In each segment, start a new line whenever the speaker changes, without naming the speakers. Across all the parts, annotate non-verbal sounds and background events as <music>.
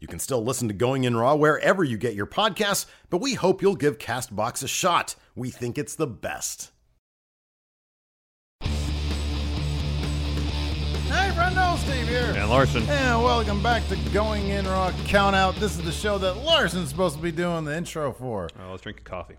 You can still listen to Going In Raw wherever you get your podcasts, but we hope you'll give Castbox a shot. We think it's the best. Hey, Brendo, Steve here.
And Larson.
And welcome back to Going In Raw Count Out. This is the show that Larson's supposed to be doing the intro for.
Oh, let's drink a coffee.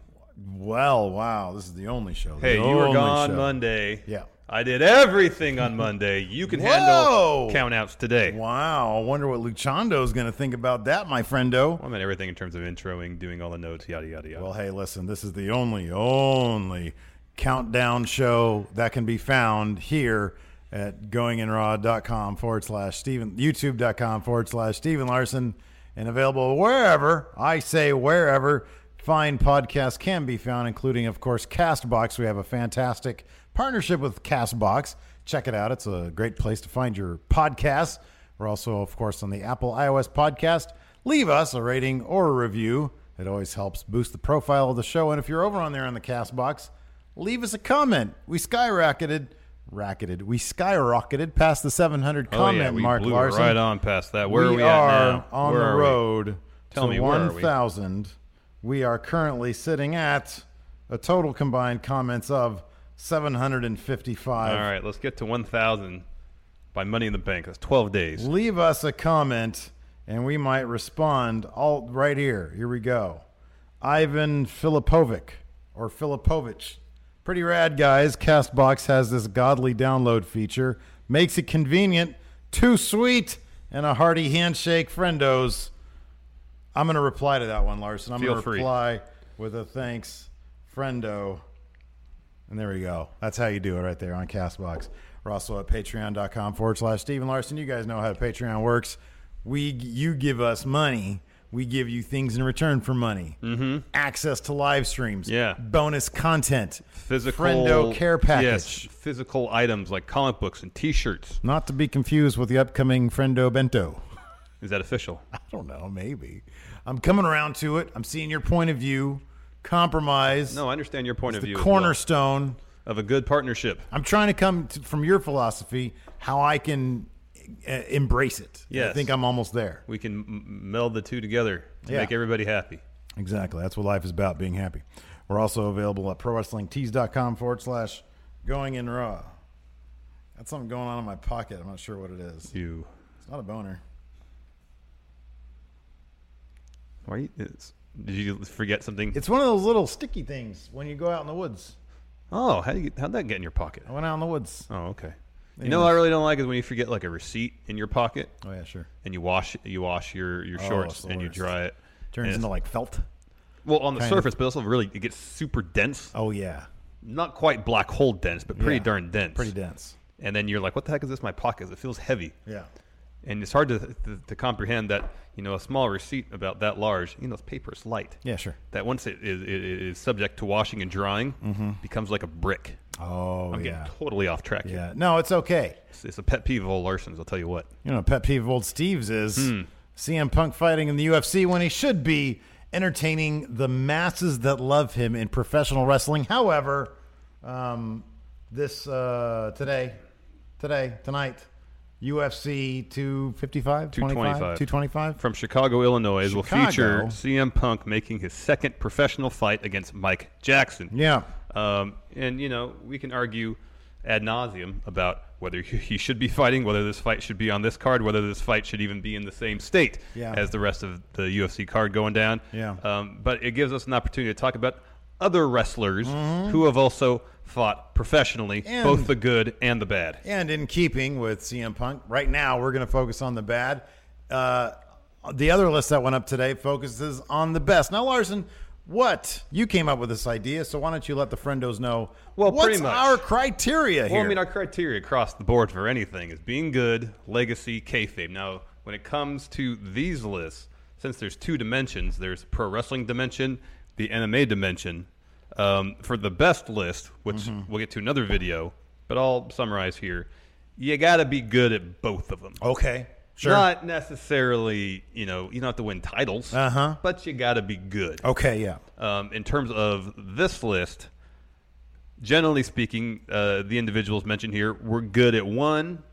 Well, wow, this is the only show. the
Hey, you were
only
gone
show.
Monday.
Yeah.
I did everything on Monday. You can
Whoa!
handle count outs today.
Wow, I wonder what Luchando's going to think about that, my friendo.
Well, I meant everything in terms of introing, doing all the notes, yada, yada, yada.
Well, hey, listen, this is the only, only countdown show that can be found here at goinginraw.com forward slash Steven, youtube.com forward slash Steven Larson, and available wherever, I say wherever, fine podcasts can be found, including, of course, Castbox. We have a fantastic partnership with Castbox. Check it out. It's a great place to find your podcasts. We're also, of course, on the Apple iOS podcast. Leave us a rating or a review. It always helps boost the profile of the show. And if you're over on there on the cast box, leave us a comment. We skyrocketed, racketed, we skyrocketed past the 700
oh,
comment
yeah, we
mark.
blew it
Larson.
right on past that. Where
we
are we
are
at now?
on
Where
the
are we?
road
Tell
to
me, where are we?
1,000. We are currently sitting at a total combined comments of 755.
All right, let's get to 1,000 by Money in the Bank. That's 12 days.
leave us a comment and we might respond all right here. Here we go. Ivan Filipovic or Filipovich. Pretty rad guys. Castbox has this godly download feature. Makes it convenient, too sweet, and a hearty handshake, friendos. I'm gonna reply to that one, Larson. I'm
Feel
gonna
free.
reply with a thanks, friendo. And there we go. That's how you do it right there on Castbox. We're also at patreon.com forward slash Steven Larson. You guys know how Patreon works. We you give us money. We give you things in return for money. Mm-hmm. Access to live streams.
Yeah.
Bonus content.
Physical
Friendo care package.
Yes, physical items like comic books and T-shirts.
Not to be confused with the upcoming Friendo Bento. <laughs>
Is that official?
I don't know, maybe. I'm coming around to it. I'm seeing your point of view. Compromise.
No, I understand your point of
the
view. as well,
cornerstone.
of a good partnership.
I'm trying to come to, from your philosophy how I can uh, embrace it. I
Yes.
think I'm almost there.
We can m- meld the two together to
Yeah.
make everybody happy.
Exactly. That's what life is about, being happy. We're also available at prowrestlingtees.com forward slash going in raw. Got something going on in my pocket. I'm not sure what it is.
You.
It's not a boner.
Why you, it's, did you forget something?
It's one of those little sticky things when you go out in the woods.
oh, how do you, how'd that get in your pocket?
I went out in the woods.
Oh, okay. You know what I really don't like is when you forget like a receipt in your pocket
Oh, yeah, sure.
and you wash you wash your, your
Oh, it's
shorts
the
and you
worst.
dry it.
Turns
And
into
it's-
like felt.
well on the
kind of-
surface, but also really it gets super dense.
Oh, yeah.
Not quite black hole dense, but pretty
Yeah.
darn dense.
Pretty dense.
And then you're like, what the heck is this in my pocket? It feels heavy.
Yeah.
And it's hard to, to, to comprehend that you know a small receipt about that large, you know, it's paper, it's light.
Yeah, sure.
that once it is, it is subject to washing and drying, becomes like a brick.
Oh,
I'm
Mm-hmm. yeah.
getting totally off track here.
Yeah. No, it's okay.
It's, it's a pet peeve of old Larson's, I'll tell you what.
you know, pet peeve of old Steve's is CM Punk fighting in the UFC when he should be entertaining the masses that love him in professional wrestling. However, um, this uh, today, today, tonight, UFC 255,
225.
225.
From Chicago, Illinois, will feature
Chicago?
CM Punk making his second professional fight against Mike Jackson.
Yeah.
Um, and, you know, we can argue ad nauseum about whether <laughs> he he should be fighting, whether this fight should be on this card, whether this fight should even be in the same state
Yeah.
as the rest of the UFC card going down.
Yeah.
Um, but it gives us an opportunity to talk about other wrestlers who have also fought professionally,
Mm-hmm. And-
both the good and the bad.
And in keeping with CM Punk, right now we're going to focus on the bad. Uh, the other list that went up today focuses on the best. Now, Larson, what you came up with this idea? So why don't you let the friendos know?
Well,
what's
pretty much.
our criteria here?
Well, I mean, our criteria across the board for anything is being good, legacy, kayfabe. Now, when it comes to these lists, since there's two dimensions, there's pro wrestling dimension, the MMA dimension. Um, for the best list, which
Mm-hmm.
we'll get to another video, but I'll summarize here. You got to be good at both of them.
okay, sure.
Not necessarily, you know, you don't have to win titles,
Uh-huh.
but you got to be good
okay, yeah.
um, in terms of this list, generally speaking, uh, the individuals mentioned here were good at one,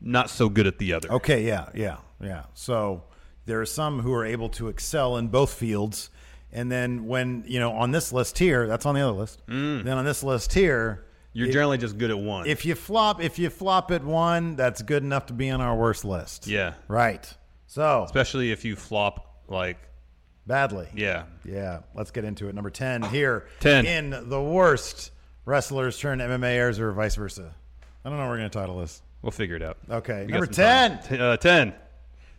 not so good at the other.
Okay, yeah, yeah, yeah. So there are some who are able to excel in both fields, and then when you know on this list here, that's on the other list.
Mm.
Then on this list here,
You're generally just good at one.
if you flop, if you flop at one, that's good enough to be on our worst list.
yeah,
right. So
especially if you flop like
badly.
yeah.
Yeah, let's get into it. Number 10
<sighs>
here.
10.
In the worst wrestlers turn MMAers or vice versa. I don't know what we're going to title this.
We'll figure it out.
Okay,
We got
number
some time.
10.
T- uh, ten.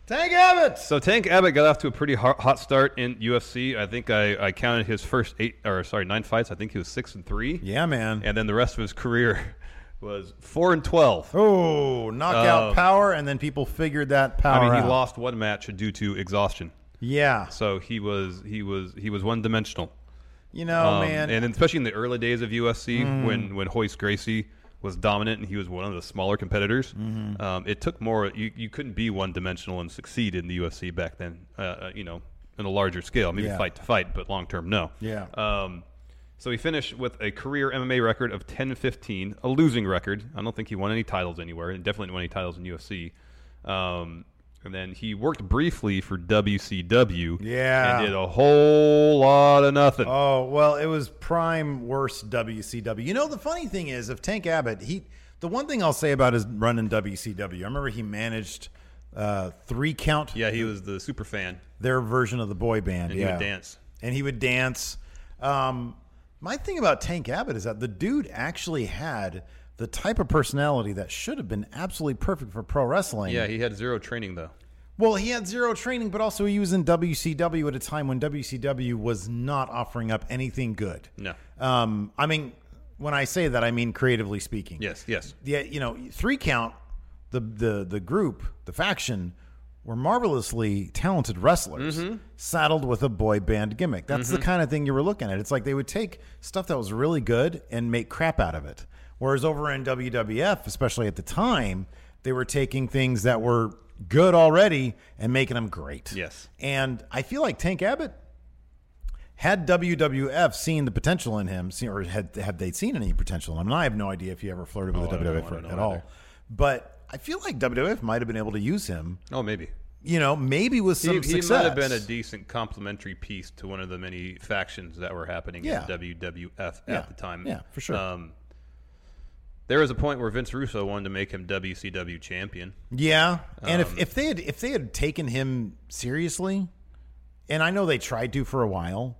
Tank Abbott.
So Tank Abbott got off to a pretty hot, hot start in UFC. I think I, I counted his first eight or sorry nine fights. I think he was six and three.
Yeah, man.
And then the rest of his <laughs> career was four and twelve.
Oh, knockout
Um,
power, and then people figured that power
I mean, he
out.
lost one match due to exhaustion.
Yeah,
So he was he was he was one dimensional.
you know,
Um,
Oh, man. Mm.
And especially in the early days of USC when when Hoist Gracie was dominant and he was one of the smaller competitors.
Mm-hmm.
Um, it took more. You, you couldn't be one dimensional and succeed in the UFC back then. Uh, uh, you know, in a larger scale, maybe
Yeah.
fight to fight, but long term, no.
Yeah.
Um, so he finished with a career MMA record of 10-15, a losing record. I don't think he won any titles anywhere, and definitely didn't win any titles in UFC. Um, and then he worked briefly for WCW.
Yeah.
And did a whole lot of nothing.
Oh well, it was prime worst WCW. You know, the funny thing is, if Tank Abbott, he the one thing I'll say about his run in WCW, I remember he managed uh, three count
Yeah, he was the super fan.
their version of the boy band.
And he
yeah,
would dance.
and he would dance. Um, my thing about Tank Abbott is that the dude actually had the type of personality that should have been absolutely perfect for pro wrestling.
Yeah, he had zero training though.
Well, he had zero training, but also he was in WCW at a time when WCW was not offering up anything good.
No.
Um, I mean, when I say that, I mean creatively speaking.
Yes, yes.
Yeah, you know, three count, the the the group, the faction, were marvelously talented wrestlers
Mm-hmm.
saddled with a boy band gimmick. That's the kind of thing you were looking at. It's like they would take stuff that was really good and make crap out of it. Whereas over in WWF, especially at the time, they were taking things that were good already and making them great.
Yes.
And I feel like Tank Abbott had WWF seen the potential in him, seen, or had had they seen any potential in him? And I have no idea if he ever flirted with
Oh, I
the
don't
WWF
know, I don't know
at all.
either.
But I feel like WWF might have been able to use him.
Oh, maybe.
You know, maybe with
He,
some
he
success.
might have been a decent complementary piece to one of the many factions that were happening
Yeah.
in WWF
Yeah,
at the time.
yeah, for sure.
Um, there was a point where Vince Russo wanted to make him WCW champion.
yeah, and
Um,
if, if they had if they had taken him seriously, and I know they tried to for a while,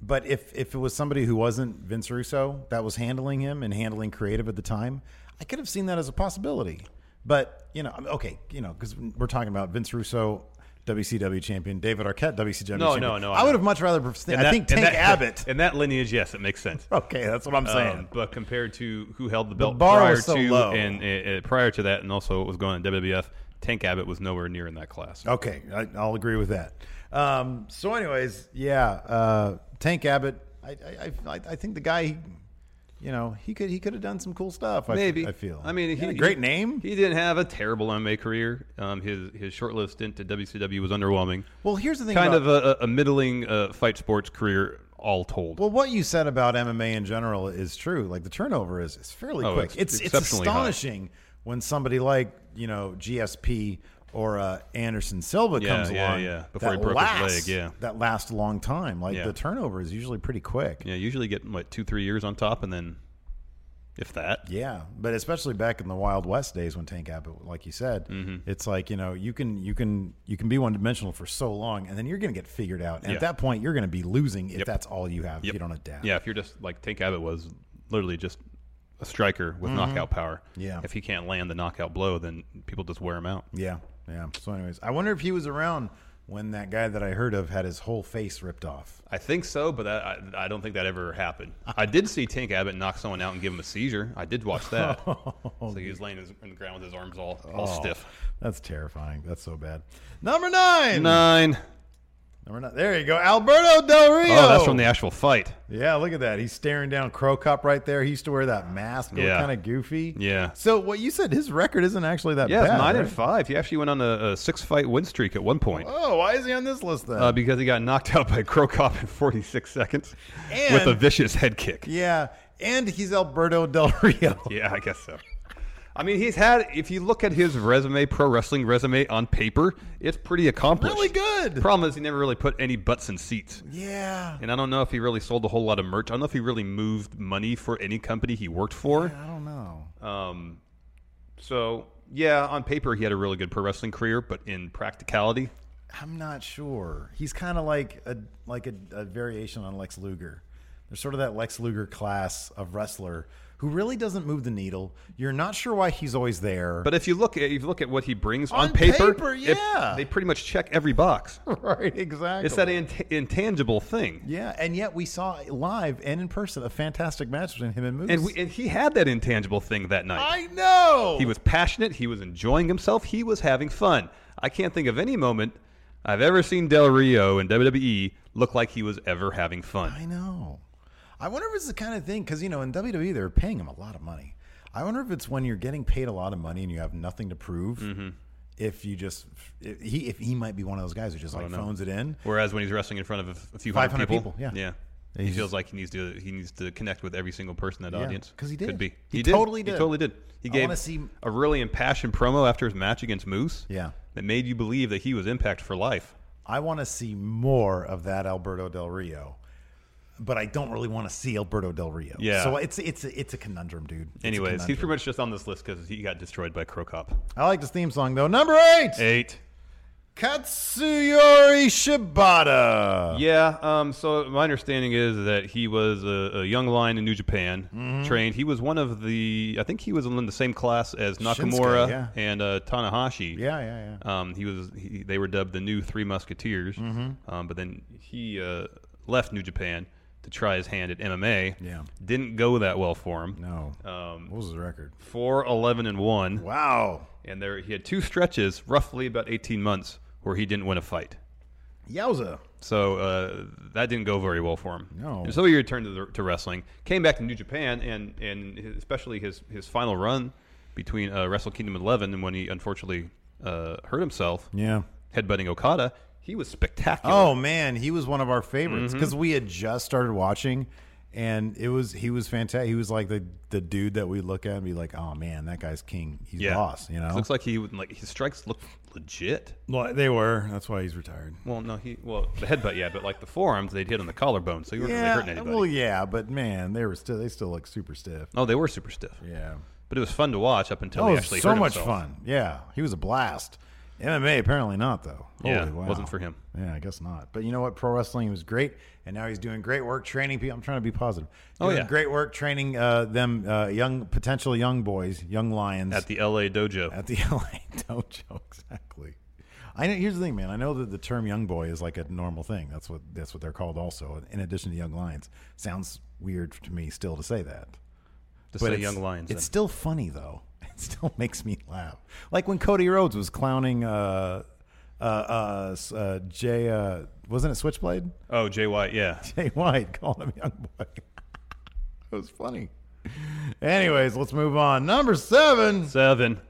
but if if it was somebody who wasn't Vince Russo that was handling him and handling creative at the time, I could have seen that as a possibility. But you know, I'm- okay, you know, because we're talking about Vince Russo. WCW champion David Arquette, WCW
No,
champion.
no, no,
I
I
would
know.
have much rather.
And
I
that-
think
<laughs>
Tank
and that-
Abbott. <laughs>
In that lineage, yes, it makes sense.
Okay, that's what I'm saying.
Um, but compared to who held the belt
bar
prior
was so
to
low.
and uh, uh, prior to that, and also what was going on in WWF, Tank Abbott was nowhere near in that class.
Okay, I, I'll agree with that. Um, so, anyways, yeah, uh, Tank Abbott. I, I, I, I think the guy you know, he could he could have done some cool stuff. I,
Maybe
I feel.
I mean,
He
he,
had a great
he-
name.
He didn't have a terrible MMA career. Um, his his short lived stint at WCW was underwhelming.
well, here's the thing.
Kind
about-
of a, a middling uh, fight sports career, all told.
Well, what you said about MMA in general is true. Like the turnover is, is fairly
Oh,
quick. It's
it's
it's,
exceptionally high.
astonishing when somebody like you know GSP or uh, Anderson Silva
Yeah,
comes
yeah,
along.
yeah. Before he
that
broke his
lasts-
leg, yeah.
that lasts a long time. Like
Yeah.
the turnover is usually pretty quick.
yeah, usually get what two three years on top, and then if that.
Yeah, but especially back in the Wild West days when Tank Abbott, like you said,
Mm-hmm.
it's like you know you can you can you can be one dimensional for so long, and then you're going to get figured out. And
Yeah.
at that point, you're going to be losing if
Yep.
that's all you have. If
Yep.
you don't adapt.
Yeah, if you're just like Tank Abbott was, literally just a striker with knockout power.
Yeah.
If he can't land the knockout blow, then people just wear him out.
Yeah, yeah. So, anyways, I wonder if he was around when that guy that I heard of had his whole face ripped off.
I think so, but that, I, I don't think that ever happened. <laughs> I did see Tank Abbott knock someone out and give him a seizure. I did watch that. <laughs> so he was laying his, on the ground with his arms all, all stiff.
That's terrifying. That's so bad. Number nine.
Nine.
Number nine. There you go, Alberto Del Rio.
Oh, that's from the actual fight.
Yeah, look at that. He's staring down Crow Cop right there. He used to wear that mask.
Yeah.
kind of goofy.
Yeah.
So what you said, his record isn't actually that
Yeah,
bad.
it's nine
right?
and five. He actually went on a, a six fight win streak at one point.
Oh, why is he on this list then?
Uh, because he got knocked <laughs> out by Krokop in 46 seconds with a
And-
vicious head kick.
yeah, and he's Alberto Del Rio.
Yeah, I guess so. I mean, he's had, if you look at his resume, pro wrestling resume on paper, it's pretty accomplished.
Really good.
Problem is, he never really put any butts in seats.
Yeah.
And I don't know if he really sold a whole lot of merch. I don't know if he really moved money for any company he worked for.
I don't know.
Um, so, yeah, on paper, he had a really good pro wrestling career, but in practicality,
I'm not sure. He's kind of like a like a, a variation on Lex Luger. There's sort of that Lex Luger class of wrestler who really doesn't move the needle. You're not sure why he's always there.
But if you look at if you look at what he brings on,
On
paper,
paper,
if-
yeah.
they pretty much check every box.
right, <laughs> exactly.
It's that in- intangible thing,
yeah, and yet we saw live and in person a fantastic match between him and Moose.
and we, and he had that intangible thing that night.
I know
he was passionate. He was enjoying himself. He was having fun. I can't think of any moment I've ever seen Del Rio in WWE E look like he was ever having fun.
I know. I wonder if it's the kind of thing because you know in WWE they're paying him a lot of money. I wonder if it's when you're getting paid a lot of money and you have nothing to prove.
Mm-hmm.
If you just if he if he might be one of those guys who just like phones it in.
Whereas when he's wrestling in front of a, a few hundred
500
people,
people, yeah.
He
He's-
feels like he needs to he needs to connect with every single person in that
Yeah,
audience
'cause he did.
Could be
He
he,
totally did.
He totally did. He
I
gave
wanna see-
a really impassioned promo after his match against Moose.
Yeah.
that made you believe that he was Impact for life.
I want to see more of that Alberto Del Rio, but I don't really want to see Alberto Del Rio.
Yeah.
So it's it's a, it's a conundrum, dude. It's a
Anyways, he's
conundrum.
pretty much just on this list because he got destroyed by Krokop.
I like this theme song though. Number eight,
Eight.
Katsuyori Shibata.
Yeah. Um, so my understanding is that he was a, a young lion in New Japan,
Mm-hmm.
trained. He was one of the. I think he was in the same class as Nakamura
yeah.
and uh, Tanahashi.
Yeah, yeah, yeah.
Um, he was. He, they were dubbed the new Three Musketeers.
Mm-hmm.
Um, but then he uh, left New Japan to try his hand at MMA.
Yeah.
Didn't go that well for him.
No. Um, what was his record?
Four eleven and one,
Wow.
and there he had two stretches, roughly about eighteen months, where he didn't win a fight.
Yowza.
So uh, that didn't go very well for him.
No.
And so he returned to, the, to wrestling, came back to New Japan, and and his- especially his his final run between uh, Wrestle Kingdom 11 and when he unfortunately uh, hurt himself,
Yeah.
headbutting Okada, he was spectacular.
Oh man, he was one of our favorites because we had just started watching, and it was he was fantastic. He was like the the dude that we look at and be like, oh man, that guy's king. He's boss. You know,
looks like he would- like his strikes look legit.
well, they were. That's why he's retired.
Well, no, he well the headbutt, yeah, but like the forearms they'd hit on the collarbone, so you weren't really hurting
Yeah.
anybody.
Well, yeah, but man, they were still they still look super stiff.
oh, they were super stiff,
Yeah.
but it was fun to watch up until
Oh,
he
it
actually
was so
hurt
much
himself.
fun. Yeah, he was a blast. MMA apparently not though. Holy
Yeah,
wow.
wasn't for him.
Yeah, I guess not. But you know what? Pro wrestling was great, and now he's doing great work training people. I'm trying to be positive.
Oh,
Doing
yeah.
great work training uh, them uh, young potential young boys, young lions
at the LA
<laughs>
dojo.
at the LA dojo. Exactly. I know. Here's the thing, man. I know that the term "young boy" is like a normal thing. That's what that's what they're called. Also, in addition to young lions, sounds weird to me still to say that.
Just say
it's-
Young Lions.
It's
then.
still funny though. <laughs> It still makes me laugh. Like when Cody Rhodes was clowning uh uh uh, s- uh Jay uh wasn't it Switchblade? <laughs>
Oh, Jay White, yeah.
Jay White called him young boy. it was funny. Anyways, let's move on. Number seven.
Seven.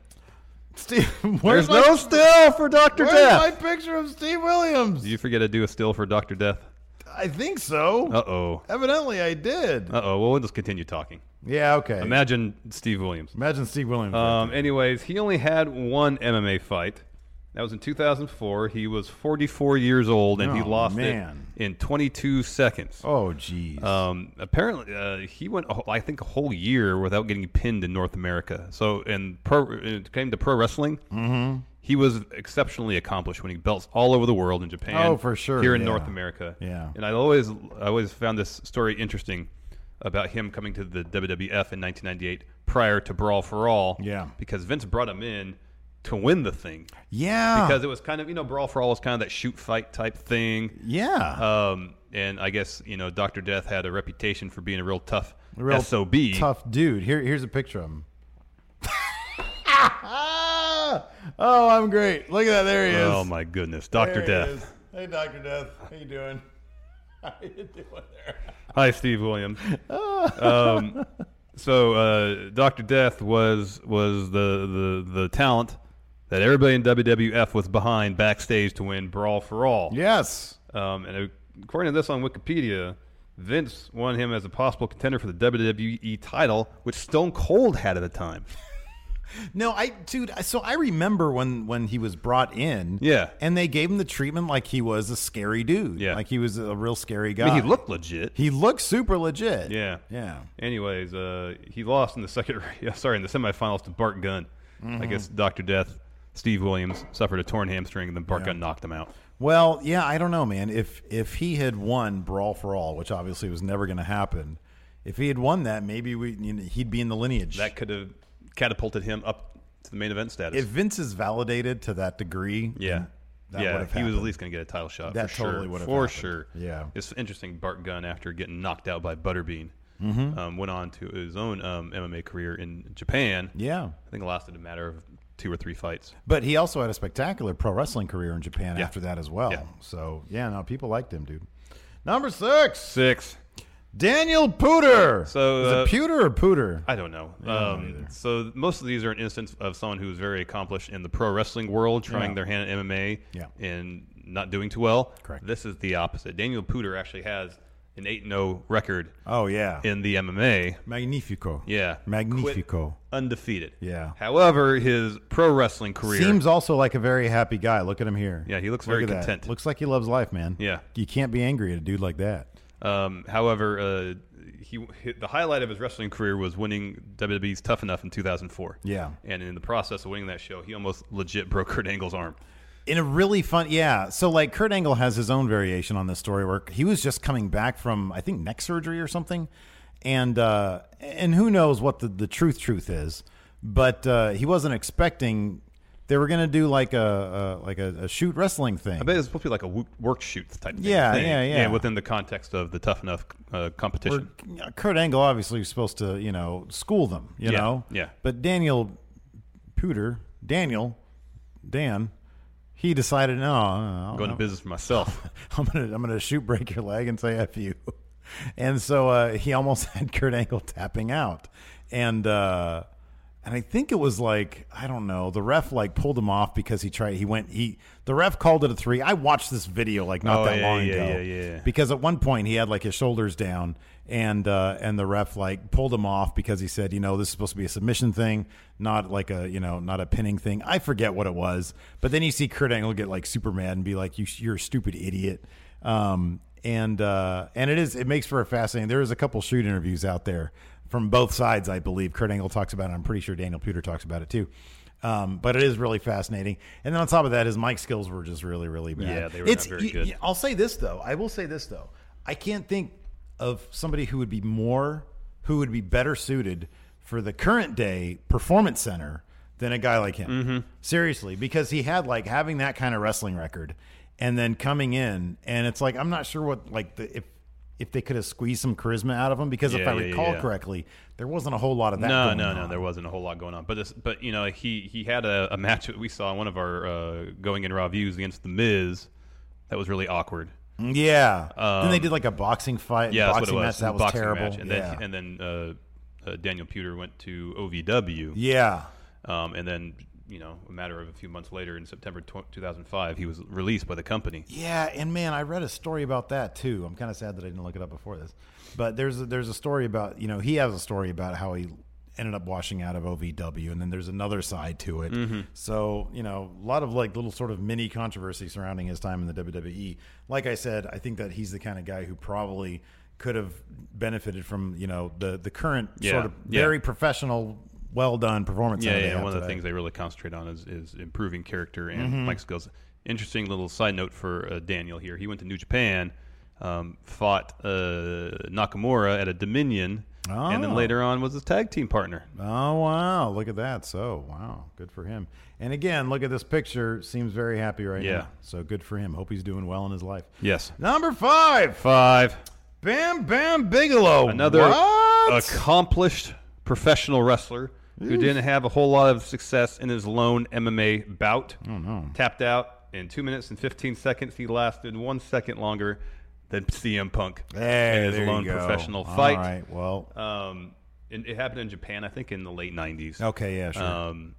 Steve, <laughs> where's
There's
my,
no still for Doctor
where's
Death.
my picture of Steve Williams?
Did you forget to do a still for Doctor Death?
I think so.
Uh oh.
Evidently, I did.
Uh oh. Well, we'll just continue talking.
yeah, okay.
Imagine Steve Williams.
Imagine Steve Williams.
Um, anyways, he only had one MMA fight. That was in 2004. He was 44 years old and he
Oh,
lost
man.
it in 22 seconds.
oh, jeez.
Um, apparently, uh, he went, a whole- I think, a whole year without getting pinned in North America. So, in pro, when it came to pro wrestling.
Mm-hmm.
He was exceptionally accomplished winning belts all over the world in Japan.
Oh, for sure,
Here in
yeah.
North America.
Yeah.
And I always, I always found this story interesting about him coming to the WWF in 1998 prior to Brawl for All.
Yeah.
Because Vince brought him in to win the thing
yeah.
because it was kind of you know Brawl for All was kind of that shoot fight type thing.
yeah.
Um, and I guess you know Doctor Death had a reputation for being a real tough
A real
sob.
tough dude. Here, here's a picture of him. <laughs> oh, I'm great. Look at that. There he is.
Oh my goodness, Doctor
There he is.
Death.
Hey, Doctor Death. How you doing? <laughs> How you doing there?
Hi,
<laughs>
Steve Williams. um, so uh, Doctor Death was was the, the the talent that everybody in WWF was behind backstage to win Brawl for All.
Yes.
Um, and according to this on Wikipedia, Vince won him as a possible contender for the WWE title, which Stone Cold had at the time.
No, I, dude. I- So I remember when when he was brought in.
Yeah.
And they gave him the treatment like he was a scary dude.
Yeah.
Like he was a real scary guy.
I mean, he looked legit.
He looked super legit.
yeah.
Yeah.
Anyways, uh, he lost in the second. <laughs> yeah, Sorry, in the semifinals to Bart Gunn.
Mm-hmm.
I guess Doctor Death, Steve Williams suffered a torn hamstring, and then Bart Gunn knocked him out.
Well, yeah, I don't know, man. If if he had won Brawl for All, which obviously was never going to happen, if he had won that, maybe we you know, he'd be in the lineage.
That could have catapulted him up to the main event status.
if Vince is validated to that degree,
yeah.
that
yeah,
would've
he was
happened.
at least going to get a title shot.
That
for
totally
sure.
would've
for
happened.
sure.
Yeah.
it's interesting. Bart Gunn, after getting knocked out by Butterbean,
Mm-hmm.
um, went on to his own um, MMA career in Japan.
yeah.
I think it lasted a matter of two or three fights.
But he also had a spectacular pro wrestling career in Japan
Yeah.
after that as well.
Yeah.
So yeah, no, people liked him, dude. Number six,
Six.
Daniel Pooter.
So,
is
uh,
it Pewter or Pooter?
I don't know. um, so most of these are an instance of someone who is very accomplished in the pro wrestling world, trying
Yeah.
their hand at MMA,
Yeah.
and not doing too well.
Correct.
This is the opposite. Daniel Pooter actually has an eight zero record
oh yeah,
in the MMA.
Magnifico.
Yeah,
Magnifico.
Quit undefeated.
Yeah.
However, his pro wrestling career
Seems also like a very happy guy. Look at him here.
Yeah, he looks
Look
very
at that.
content.
Looks like he loves life, man.
Yeah.
You can't be angry at a dude like that.
Um, however, uh, he hi- the highlight of his wrestling career was winning WWE's Tough Enough in 2004.
Yeah.
and in the process of winning that show, he almost legit broke Kurt <laughs> Angle's arm.
In a really fun, yeah. So like Kurt Angle has his own variation on this story where he was just coming back from I think neck surgery or something, and uh, and who knows what the, the truth truth is, but uh, he wasn't expecting they were gonna do like a, a like a, a shoot wrestling thing.
I bet it's supposed to be like a wo- work shoot type thing.
Yeah,
thing.
yeah, yeah.
within the context of the Tough Enough uh, competition.
Or- Kurt Angle obviously was supposed to, you know, school them, you
Yeah,
know?
yeah.
But Daniel Pooter, Daniel, Dan, he decided, no, no, no,
Going to business for myself.
<laughs> I'm gonna I'm gonna shoot break your leg and say F you. <laughs> And so uh, he almost <laughs> had Kurt Angle tapping out. And uh, and I think it was like, I don't know, the ref like pulled him off because he tried he went he the ref called it a three. I watched this video like not
Oh,
that
yeah,
long
yeah,
ago.
yeah, yeah.
Because at one point he had like his shoulders down and uh, and the ref like pulled him off because he said, you know, this is supposed to be a submission thing, not like a you know, not a pinning thing. I forget what it was, but then you see Kurt Angle get like super mad and be like, you, you're a stupid idiot. Um, and uh, and it is it makes for a fascinating. There is a couple shoot interviews out there from both sides, I believe. Kurt Angle talks about it. I'm pretty sure Daniel Pewter talks about it too. Um, but it is really fascinating. And then on top of that, his mic skills were just really, really bad.
Yeah, they were not very good.
I'll say this though. I will say this though. I can't think of somebody who would be more, who would be better suited for the current day performance center than a guy like him.
Mm-hmm.
Seriously, because he had like having that kind of wrestling record, and then coming in, and it's like I'm not sure what like the if if they could have squeezed some charisma out of him because if
Yeah,
I
yeah,
recall
yeah.
correctly, there wasn't a whole lot of that.
No,
going
no,
on.
no. There wasn't a whole lot going on, but this, but you know, he he had a, a match that we saw in one of our uh, going in raw views against the Miz that was really awkward.
Yeah. then they did like a boxing fight.
Um, Yeah, that's
boxing
what it
match
was.
that was
boxing
terrible.
match, and
yeah.
then and then uh, uh, Daniel Pewter went to OVW.
Yeah.
Um, and then, you know, a matter of a few months later, in September tw- 2005, he was released by the company.
Yeah, and man, I read a story about that too. I'm kind of sad that I didn't look it up before this, but there's a, there's a story about you know he has a story about how he ended up washing out of OVW, and then there's another side to it.
Mm-hmm.
So you know, a lot of like little sort of mini controversy surrounding his time in the WWE. Like I said, I think that he's the kind of guy who probably could have benefited from you know the the current
Yeah,
sort of
yeah.
very professional, well done performance.
Yeah,
center they
yeah.
have
One of the
today.
things they really concentrate on is, is improving character and
Mm-hmm.
like skills. Interesting little side note for uh, Daniel here. He went to New Japan, um, fought uh, Nakamura at a Dominion, and
Oh.
then later on was his tag team partner.
Oh wow! Look at that. So wow, good for him. And again, look at this picture. Seems very happy right
Yeah.
now. So good for him. Hope he's doing well in his life.
Yes.
Number five,
Five.
Bam Bam Bigelow.
Another uh,
What?
accomplished professional wrestler who didn't have a whole lot of success in his lone MMA bout. Oh, no. Tapped out in two minutes and 15 seconds. He lasted one second longer than CM Punk
Hey,
in his
there
lone
you go.
professional fight.
All right. Well.
Um, and it happened in Japan, I think, in the late 90s.
Okay. Yeah. Sure.
Um,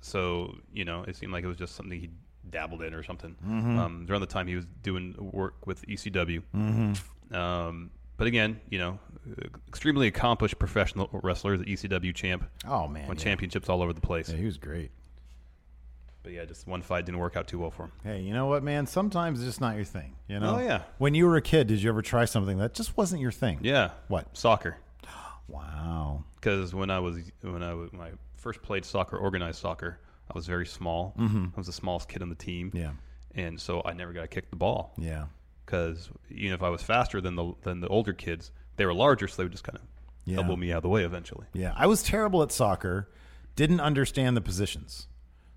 so you know, it seemed like it was just something he dabbled in or something.
Mm-hmm.
Um, during the time he was doing work with ECW.
Mm-hmm.
Um, but again, you know, extremely accomplished professional wrestler, the ECW champ,
oh man.
won
yeah.
championships all over the place.
Yeah, he was great.
But yeah, just one fight didn't work out too well for him.
Hey, you know what, man? Sometimes it's just not your thing. You know.
Oh, yeah.
When you were a kid, did you ever try something that just wasn't your thing?
Yeah,
What?
soccer?
Wow.
Because when I was when I was- when I first played soccer, organized soccer, I was very small. I was the smallest kid on the team.
Mm-hmm. Yeah.
and so I never got to kick the ball.
Yeah.
because even if I was faster than the than the older kids, they were larger, so they would just kind of
Yeah.
elbow me out of the way eventually.
Yeah, I was terrible at soccer. Didn't understand the positions,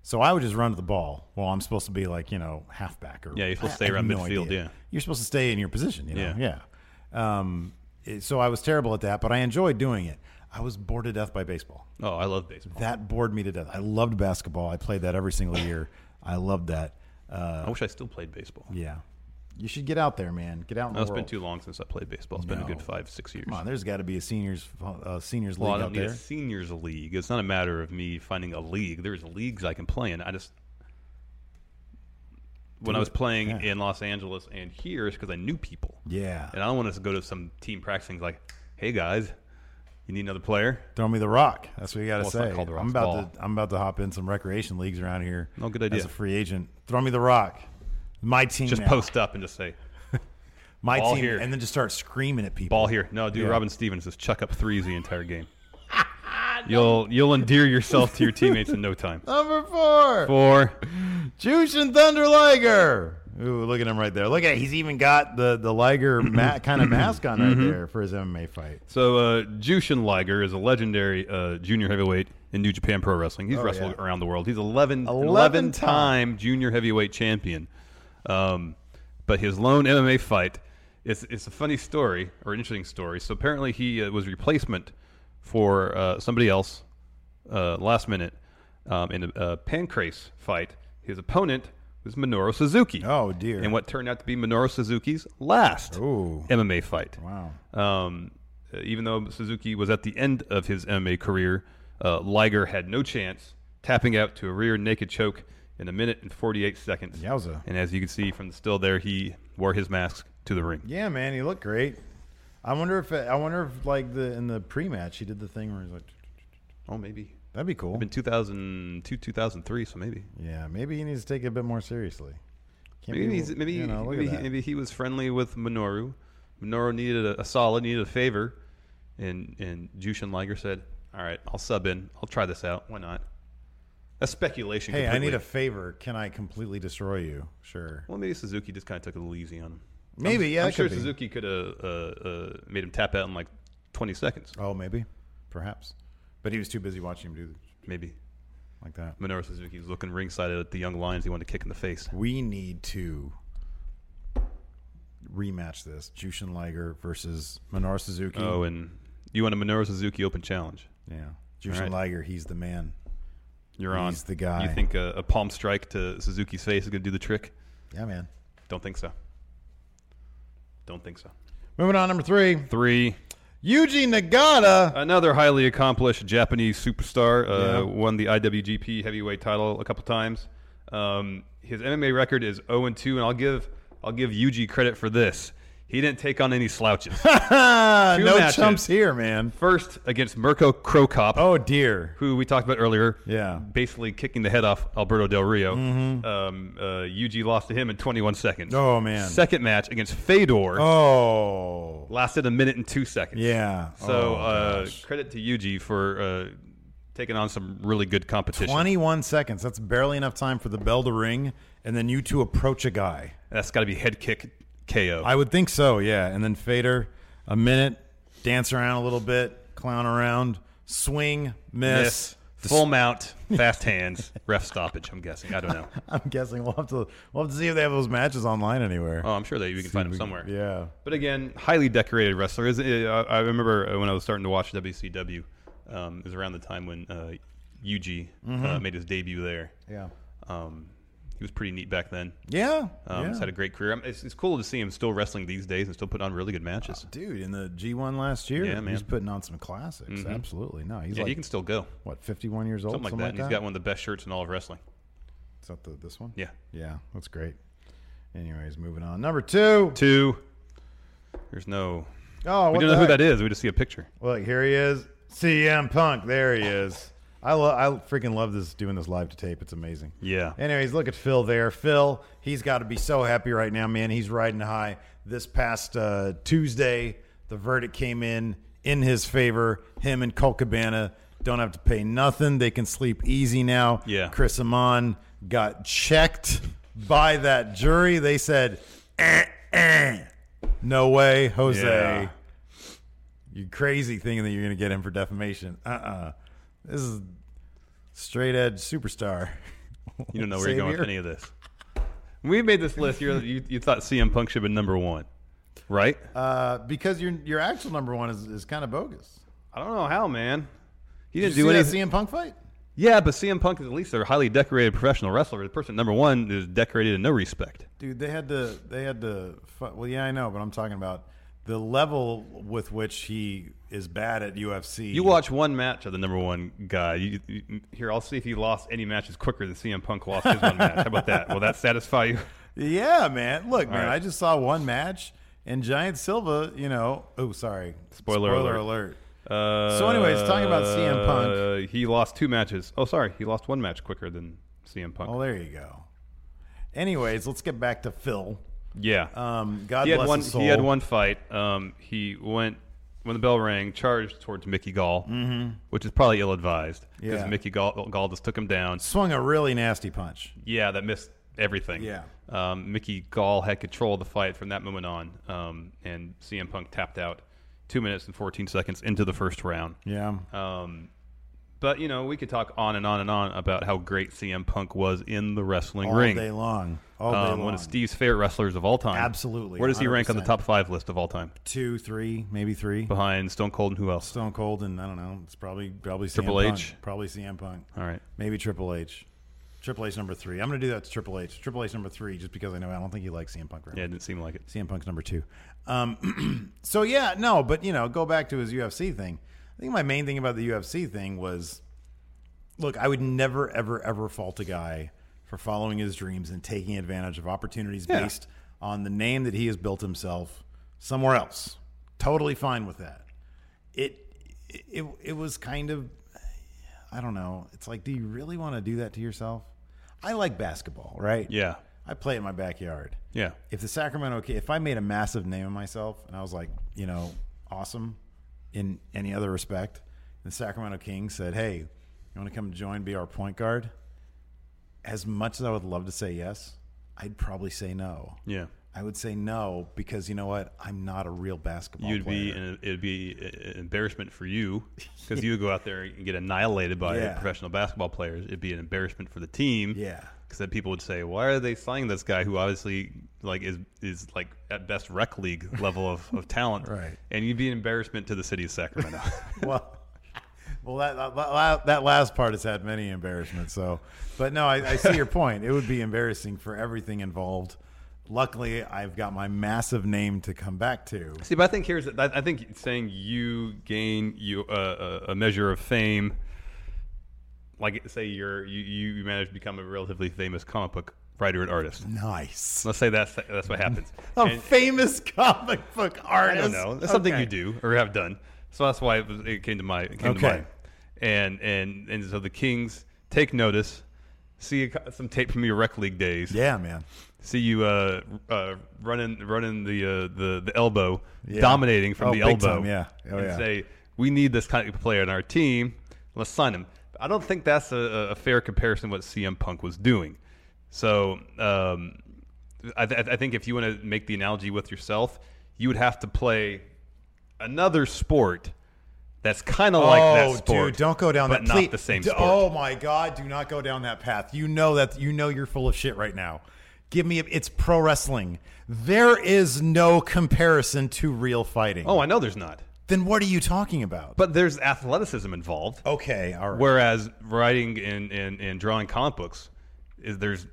so I would just run to the ball. Well, I'm supposed to be like you know halfback or
Yeah, you're supposed to
I-
stay
I have
around
no
midfield,
idea.
yeah.
you're supposed to stay in your position. You know, yeah.
Yeah.
Um, it- so I was terrible at that, but I enjoyed doing it. I was bored to death by baseball.
Oh, I love baseball.
That bored me to death. I loved basketball. I played that every single
<laughs>
year. I loved that. Uh,
I wish I still played baseball.
yeah, you should get out there, man. Get out in
No,
the
it's
world.
been too long since I played baseball. It's been a
No.
good five, six years.
Come on, there's got to be a seniors uh, seniors
well, I
league
don't
out
need
there.
a seniors league. It's not a matter of me finding a league. There's leagues I can play in. I just when I was playing
Yeah.
in Los Angeles and here is because I knew people,
Yeah,
and I don't want to go to some team practicing like, "Hey guys, you need another player."
Throw me the rock. That's what you got to
Well, it's
say.
not called the rock,
I'm
it's
about
ball.
to I'm about to hop in some recreation leagues around here.
No, good
As
idea.
a free agent, throw me the rock. My team.
Just
now.
post up and just say,
my
ball
team,
here.
and then just start screaming at people.
Ball here. No, dude,
Yeah.
Robin Stevens just chuck up threes the entire game. You'll you'll endear yourself to your teammates in no time.
Number four,
Four.
Jushin Thunder Liger. Ooh, look at him right there. Look at he's even got the the
<clears throat>
Liger ma- kind of mask on right
Mm-hmm.
there for his MMA fight.
So uh, Jushin Liger is a legendary uh, junior heavyweight in New Japan Pro Wrestling. He's wrestled
Oh, yeah.
around the world. He's 11,
11
11
time.
time junior heavyweight champion. Um, but his lone MMA fight, it's, it's a funny story or an interesting story. So apparently he uh, was replacement for uh, somebody else uh, last minute um, in a, a pancrase fight. His opponent was Minoru Suzuki.
Oh, dear.
And what turned out to be Minoru Suzuki's last
Ooh.
MMA fight.
Wow.
Um, uh, even though Suzuki was at the end of his MMA career, uh, Liger had no chance, tapping out to a rear naked choke in a minute and 48 seconds.
Yowza.
And as you can see from the still there, he wore his mask to the ring.
Yeah, man, he looked great. I wonder if I wonder if like the in the pre match he did the thing where he's like,
Oh, maybe.
that'd be cool.
In 2002, 2003, so maybe.
Yeah, maybe he needs to take it a bit more seriously. Can't
Maybe
be-
he's, maybe,
you know, look at
maybe, he,
that.
maybe he was friendly with Minoru. Minoru needed a, a solid, needed a favor, and and Jushin Liger said, "All right, I'll sub in. I'll try this out. Why not?" That's speculation.
hey, I need a
completely.
favor. Can I completely destroy you? Sure.
Well, maybe Suzuki just kind of took it a little easy on him.
Maybe,
I'm,
yeah,
I'm
it
sure
could be.
Suzuki could have uh, uh, made him tap out in like 20 seconds,
Oh, maybe, perhaps. But he was too busy watching him do
maybe.
like that.
Minoru Suzuki was looking ringside at the young lions he wanted to kick in the face.
We need to rematch this: Jushin Liger versus Minoru Suzuki.
Oh, and you want a Minoru Suzuki Open Challenge?
yeah, Jushin
right.
Liger. He's the man.
You're on.
He's the guy.
You think a, a palm strike to Suzuki's face is going to do the trick?
Yeah, man.
Don't think so. Don't think so.
Moving on, number three.
Three.
Yuji Nagata. <laughs>
Another highly accomplished Japanese superstar uh,
Yeah.
won the IWGP Heavyweight title a couple times. Um, his MMA record is 0 and 2, and I'll give I'll give Yuji credit for this. He didn't take on any
<laughs>
slouches.
no
matches.
chumps here, man.
First against Mirko Krokop,
Oh dear.
who we talked about earlier.
Yeah. Mm-hmm.
basically kicking the head off Alberto Del Rio. Um, uh, Yuji lost to him in 21 seconds.
Oh, man.
Second match against Fedor
Oh.
lasted a minute and two seconds.
Yeah. Oh,
So uh,
gosh.
credit to Yuji for uh, taking on some really good competition.
21 seconds. That's barely enough time for the bell to ring and then you two approach a guy.
That's got to be head kick KO.
I would think so, yeah. And then Fader, a minute, dance around a little bit, clown around, swing, miss.
Miss. Full mount, fast hands, ref stoppage. I'm guessing. I
<laughs>
don't know.
<laughs> I'm guessing we'll have to we'll have to see if they have those matches online anywhere.
Oh, I'm sure that you can find him somewhere.
Yeah.
But again, highly decorated wrestler. Is uh, I I remember when I was starting to watch WCW. Um, it was around the time when uh, Yuji
Mm-hmm.
uh, made his debut there.
Yeah.
Um, he was pretty neat back then.
Yeah.
Um, He's
yeah.
had a great career. Um, It's, it's cool to see him still wrestling these days and still putting on really good matches.
Dude, in the G1 last year,
Yeah, man. Mm-hmm.
he's putting on some classics. Absolutely. No, he's
yeah,
like,
he can still go.
what, 51 years old?
Something like that. and He's got one of the best shirts in all of wrestling.
Is that the, this one?
Yeah.
Yeah, that's great. Anyways, moving on. Number two.
Two. There's no.
Oh,
we
what
don't
the
know who
heck?
that is. We just see a picture.
Look, here he is. CM Punk. There he is. I lo- I freaking love this doing this live to tape. It's amazing.
Yeah.
Anyways, look at Phil there. Phil, he's got to be so happy right now, man. He's riding high. This past uh, Tuesday, the verdict came in in his favor. Him and Colt Cabana don't have to pay nothing. They can sleep easy now.
Yeah.
Chris Amon got checked by that jury. They said, eh, eh. no way, Jose
Yeah.
you crazy thinking that you're going to get him for defamation. Uh uh This is straight edge superstar.
You don't know where you're going
Xavier.
with any of this. When we made this list, you're, you you thought CM Punk should have been number one, right?
Uh, because your your actual number one is, is kind of bogus.
I don't know how, man. He
Did
didn't
you
do
see that
anything.
CM Punk fight?
Yeah, but CM Punk is at least a highly decorated professional wrestler. The person at number one is decorated in no respect.
Dude, they had to they had to. fu- Well, yeah, I know, but I'm talking about the level with which he is bad at UFC.
You watch one match of the number one guy. You, you, here, I'll see if he lost any matches quicker than CM Punk lost his one match. How about that? Will that satisfy you?
Yeah, man. Look, man,
right.
I just saw one match and Giant Silva, you know. Oh, sorry.
Spoiler alert.
alert.
Uh,
So anyways, talking about CM Punk.
uh, he lost two matches. Oh, sorry, he lost one match quicker than CM Punk.
Well, there you go. Anyways, let's get back to Phil.
yeah,
Um, God
he had
bless
one.
his soul.
He had one fight. Um, he went when the bell rang, charged towards Mickey Gall, which is probably ill-advised because
Mm-hmm. Yeah.
Mickey Gall, Gall just took him down.
Swung a really nasty punch.
Yeah, that missed everything.
Yeah.
Um, Mickey Gall had control of the fight from that moment on, um, and CM Punk tapped out two minutes and 14 seconds into the first round.
Yeah.
Um, but, you know, we could talk on and on and on about how great CM Punk was in the wrestling
All
ring.
day long. All day
Um,
long.
one of Steve's favorite wrestlers of all time.
Absolutely,
Where does he rank on the
100%.
top five list of all time?
Two, three, maybe three.
Behind Stone Cold and who else?
Stone Cold and I don't know. It's probably probably CM
Triple
Punk.
H?
Probably CM Punk.
All right.
Maybe Triple H. Triple H number three. I'm gonna do that to Triple H. Triple H number three, just because I know I don't think he likes CM Punk very
Yeah,
much.
it didn't seem like it.
CM Punk's number two. Um, <clears throat> so yeah, no, but you know, go back to his UFC thing. I think my main thing about the UFC thing was, look, I would never, ever, ever fault a guy for following his dreams and taking advantage of opportunities
Yeah.
based on the name that he has built himself somewhere else. Totally fine with that. It, it, it was kind of, I don't know. It's like, do you really want to do that to yourself? I like basketball, right?
Yeah.
I play in my backyard
Yeah.
if the Sacramento Ki- if I made a massive name of myself and I was like, you know, awesome in any other respect, the Sacramento Kings said, "Hey, you want to come join be our point guard?" As much as I would love to say yes, I'd probably say no.
Yeah.
I would say no because you know what? I'm not a real basketball
You'd
player.
be, in it'd be an embarrassment
<laughs>
for you because you would go out there and get annihilated by
Yeah.
professional basketball players. It'd be an embarrassment for the team.
Yeah.
because then people would say, "Why are they signing this guy who obviously like is is like at best rec league level of, of talent?"
Right.
and you'd be an embarrassment to the city of Sacramento.
<laughs> well, well, that, that- that that last part has had many embarrassments. So, but no, I, I see your point. It would be embarrassing for everything involved luckily I've got my massive name to come back to.
See, but I think here's I I think saying you gain you uh, a a measure of fame, like say you're you you you manage to become a relatively famous comic book writer and artist.
Nice.
Let's say that's that's what happens.
A
And-
famous comic book
I
artist.
don't know. That's something
Okay.
you do or have done. So that's why it, was, it came to my it came
Okay.
to mind. And and and so the Kings take notice. See a co- some tape from your rec league days.
Yeah, man.
See you uh, uh, running running the uh, the the elbow,
Yeah.
dominating from
Oh,
the
big
elbow.
time, yeah. Oh,
and
yeah.
say we need this kind of player on our team. Let's sign him. I don't think that's a, a fair comparison to what CM Punk was doing. So um, I, th- I think if you want to make the analogy with yourself, you would have to play another sport that's kind of like that sport.
Oh, dude, don't go down
but
that.
not
please-
the same
d-
sport.
Oh my god, do not go down that path. You know that you know you're full of shit right now. Give me a, it's pro wrestling. There is no comparison to real fighting.
oh, I know there's not,
then what are you talking about?
but there's athleticism
Oh,
involved.
okay, all right.
Whereas writing and, and, and drawing comic books, is there's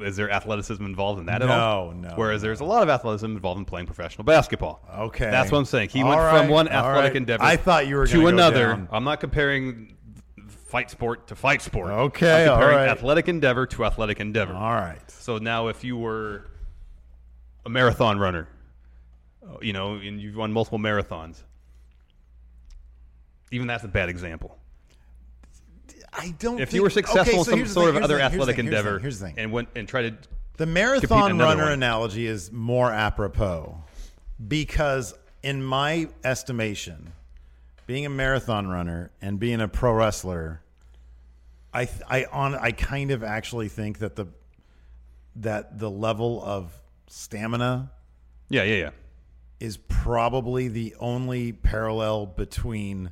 is there athleticism involved in that at
No,
all?
no,
Whereas there's a lot of athleticism involved in playing professional basketball.
Okay.
that's what I'm saying. He
All
went from
right,
one
all
athletic
right.
endeavor.
I thought you were
to
gonna go
another.
down.
I'm not comparing fight sport to fight sport.
Okay,
I'm
all
comparing
right.
athletic endeavor to athletic endeavor.
all right.
So now, if you were a marathon runner, uh, you know, and you've run multiple marathons, even that's a bad example.
I don't
If
thi-
you were successful
okay,
in
so
some
here's the
sort
thing,
of
here's the thing, here's
other
the
athletic
thing,
endeaved
Here's the thing.
and went and tried to
The
compete in
marathon
another
runner
one.
analogy is more apropos because, in my estimation, being a marathon runner and being a pro wrestler, I th- I on I kind of actually think that the that the level of stamina
yeah, yeah, yeah.
is probably the only parallel between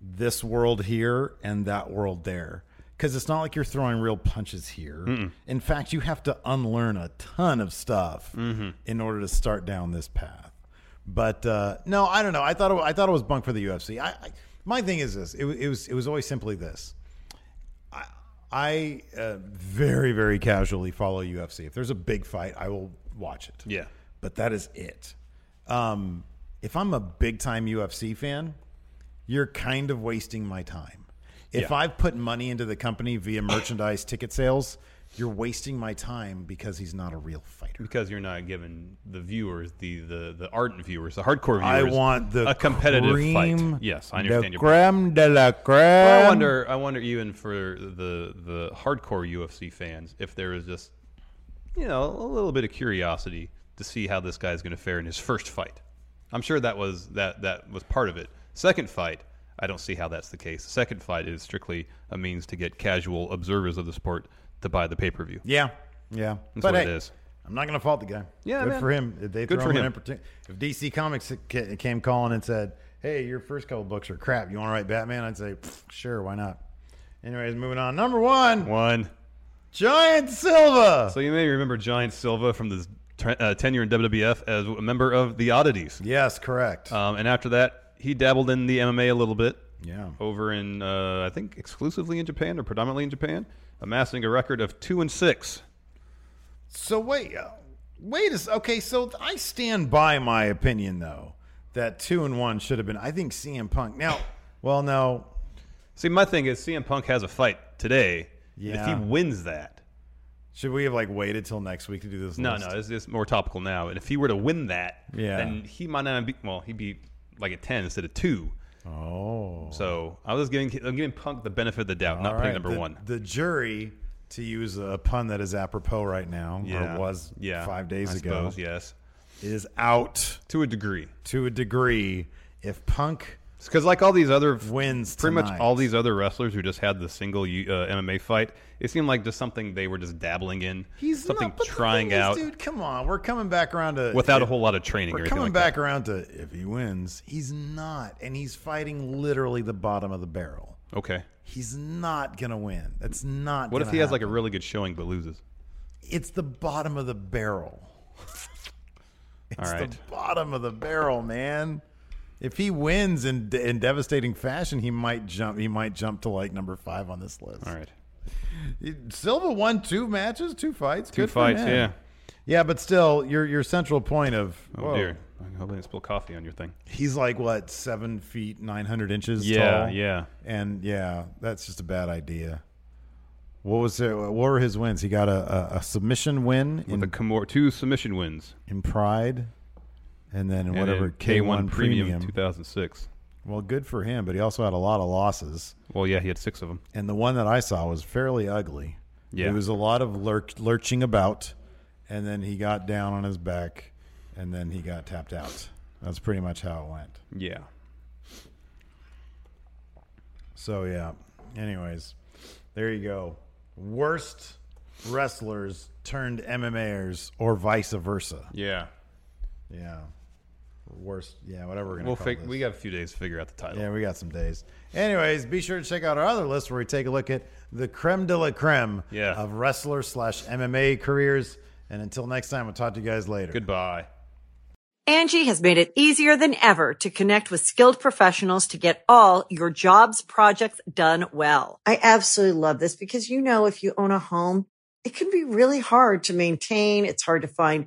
this world here and that world there. Because it's not like you're throwing real punches here. In fact, you have to unlearn a ton of stuff in order to start down this path. But uh, no, I don't know. I thought it, I thought it was bunk for the UFC. I, I my thing is this. It, wa- it was it was always simply this. I I uh, very very casually follow UFC. If there's a big fight, I will watch it
Yeah.
but that is it. Um, if I'm a big time UFC fan, you're kind of wasting my time. If
Yeah.
I've put money into the company via merchandise ticket sales, you're wasting my time because he's not a real fighter.
Because you're not giving the viewers, the the the ardent viewers, the hardcore viewers,
I want the
a competitive
cream,
fight. Yes, I understand
the
your
creme
point.
de la creme.
But I wonder, I wonder even for the the hardcore UFC fans, if there is just you know a little bit of curiosity to see how this guy's going to fare in his first fight. I'm sure that was that that was part of it. Second fight, I don't see how that's the case. Second fight is strictly a means to get casual observers of the sport to buy the pay per view.
Yeah, yeah.
That's what it is.
I'm not going to fault the guy.
Yeah,
good
man.
for him. If they
Good
throw
for
him, an
him.
opportunity. If DC Comics ca- came calling and said, "Hey, your first couple books are crap. You want to write Batman?" I'd say, "Pfft, "Sure, why not?" Anyways, moving on. Number one,
One.
Giant Silva.
So you may remember Giant Silva from his tre- uh, tenure in WWF as a member of the Oddities,
yes, correct.
um, and after that, he dabbled in the MMA a little bit.
yeah,
over in uh, I think exclusively in Japan or predominantly in Japan, amassing a record of two and six.
So wait, uh, wait a s- okay. So I stand by my opinion though that two and one should have been. I think CM Punk. Now, well, no,
See, my thing is CM Punk has a fight today. and If he
Yeah.
wins that,
should we have like waited till next week to do this?
no,
list?
no, it's, it's more topical now. And if he were to win that,
Yeah.
then he might not be. Well, he'd be like a ten instead of two.
Oh,
So I was giving I'm giving Punk the benefit of the doubt, not
All
putting
right,
number
the-
one.
The jury, to use a pun that is apropos right now,
Yeah,
or was
yeah,
five days
I
ago,
Suppose, yes,
is out
to a degree.
to a degree. If Punk
Because like all these other
wins,
pretty much
tonight-
all these other wrestlers who just had the single uh, MMA fight, it seemed like just something they were just dabbling in,
he's
something
not, but the
trying
thing is,
out
dude. Come on, we're coming back around to
without a
if-
whole lot of training.
We're
or anything
coming
like
back around to if he wins, he's not, and he's fighting literally the bottom of the barrel.
That. Okay.
He's not gonna win. That's not.
What if
gonna
he has like a
happen.
really good showing but loses?
It's the bottom of the barrel. It's
All right.
the bottom of the barrel, man. If he wins in in devastating fashion, he might jump. He might jump to like number five on this list.
All right.
He- Silva won two matches, two fights.
Two
Good for
fights.
him.
Yeah.
Yeah, but still, your your central point of
Oh
whoa.
dear. I hope I didn't spill coffee on your thing.
He's like what seven feet nine hundred inches
Yeah,
tall.
yeah.
and yeah, that's just a bad idea. What was it? What were his wins? He got a, a, a submission win in,
With the Kimura, two submission wins.
in Pride, and then
and
whatever
a K1 Premium,
premium.
2006.
Well, good for him, but he also had a lot of losses.
Well, yeah, he had six of them.
and the one that I saw was fairly ugly.
Yeah.
it was a lot of lurch, lurching about, and then he got down on his back, and then he got tapped out. That's pretty much how it went.
Yeah.
So yeah. Anyways, there you go. Worst wrestlers turned MMAers, or vice versa.
Yeah.
Yeah, worst. Yeah, whatever. We're gonna
We'll
call
fig-
this.
we got a few days to figure out the title.
Yeah, we got some days. Anyways, be sure to check out our other list where we take a look at the creme de la creme
Yeah.
of wrestler slash MMA careers. And until next time, we'll talk to you guys later.
Goodbye.
Angie has made it easier than ever to connect with skilled professionals to get all your jobs projects done well. I absolutely love this because, you know, if you own a home, it can be really hard to maintain. It's hard to find